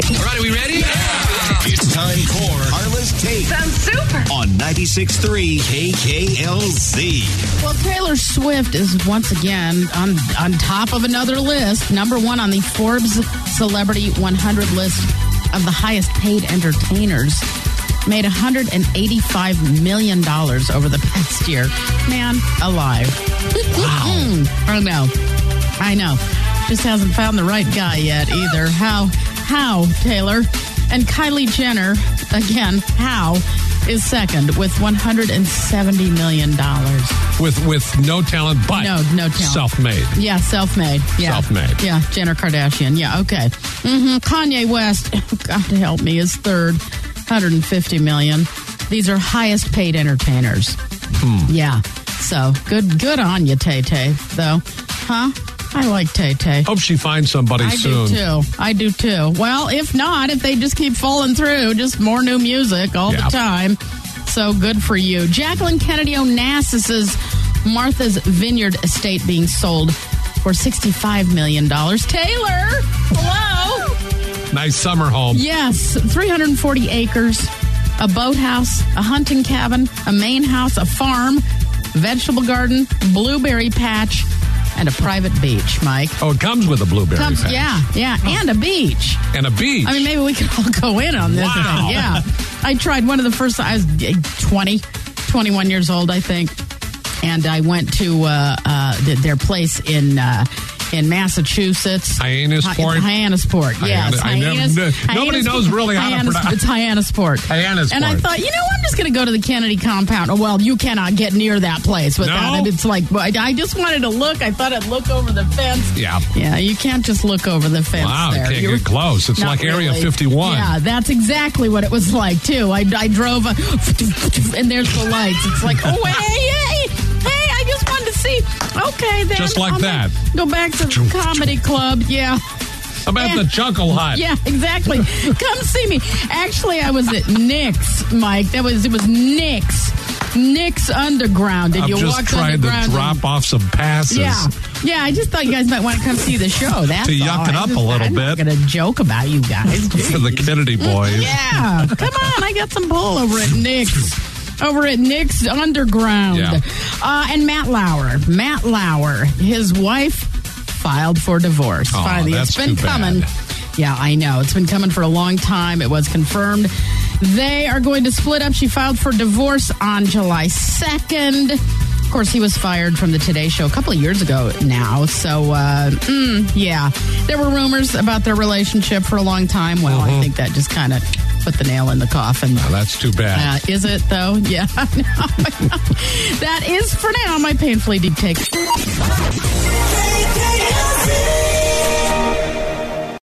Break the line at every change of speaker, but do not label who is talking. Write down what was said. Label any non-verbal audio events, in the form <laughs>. right, are we ready?
It's time for Arla's Take
Sounds super.
on 96.3 KKLZ.
Well, Taylor Swift is once again on on top of another list, number one on the Forbes Celebrity 100 list of the highest paid entertainers. Made 185 million dollars over the past year. Man, alive! Wow. I know. I know. Just hasn't found the right guy yet either. How? How, Taylor? And Kylie Jenner, again, how, is second with $170 million.
With with no talent, but
No, no talent.
self-made.
Yeah, self-made. Yeah,
Self-made.
Yeah, Jenner Kardashian. Yeah, okay. hmm Kanye West, <laughs> God help me, is third, 150 million. These are highest paid entertainers. Yeah. So good, good on you, Tay Tay. Though, huh? I like Tay Tay.
Hope she finds somebody
I
soon.
do too. I do too. Well, if not, if they just keep falling through, just more new music all
Yeah.
the time. So good for you. Jacqueline Kennedy Onassis's Martha's Vineyard estate being sold for $65 million. Taylor, hello.
Nice summer home.
Yes, 340 acres, a boathouse, a hunting cabin, a main house, a farm, vegetable garden, blueberry patch, and a private beach, Mike.
Oh, it comes with a blueberry
Comes,
patch
yeah, yeah, and a beach.
and a beach.
I mean, maybe we could all go in on this
Wow.
thing. Yeah. I tried one of the first, I was eh, 20, 21 years old, I think. And I went to uh, uh, th- their place in uh, in Massachusetts.
Hyannisport?
Hi- Hyannisport,
Hyannis-
yes.
I never-
Hyannis-
nobody
Hyannisport-
knows really how to
Hyannis-
pronounce-
It's Hyannisport.
Hyannisport.
And I thought, you know, I'm just going to go to the Kennedy compound. Oh, well, you cannot get near that place without
No?
it. It's like, I I just wanted to look. I thought I'd look over the fence.
yeah.
Yeah, you can't just look over the fence
Wow, you
there.
can't
You're-
get close. It's
Not
like Area
really.
51.
Yeah, that's exactly what it was like, too. I, I drove, a, and there's the lights. It's like, oh, hey, hey, hey, I just wanted to see. Okay, then.
Just like
I'm gonna
that.
Go back to the comedy club. Yeah.
About
Yeah.
the Chuckle Hut.
Yeah, exactly. Come see me. Actually, I was at Nick's, Mike. That was, it was Nick's. Nick's Underground. Did
I'm
you
just
walk
trying to
underground? and-
drop off some passes.
yeah, yeah. I just thought you guys might want to come see the show. That's
To yuck
all.
it
I
up a
just-
little
I'm
bit.
Going to joke about you guys.
for the Kennedy boys.
Mm-hmm. yeah, come on. I got some pull over at Nick's. Over at Nick's Underground.
Yeah.
Uh, and Matt Lauer. Matt Lauer. His wife filed for divorce.
Aw,
Finally,
that's
it's been
too bad.
coming. Yeah, I know. It's been coming for a long time. It was confirmed. They are going to split up. She filed for divorce on July 2nd. Of course, he was fired from the Today Show a couple of years ago now. So, uh, mm, yeah. There were rumors about their relationship for a long time. Well, I think that just kind of put the nail in the coffin.
Well, that's too bad.
Uh, is it, though? <laughs> Yeah. I know. that is for now my painfully deep take.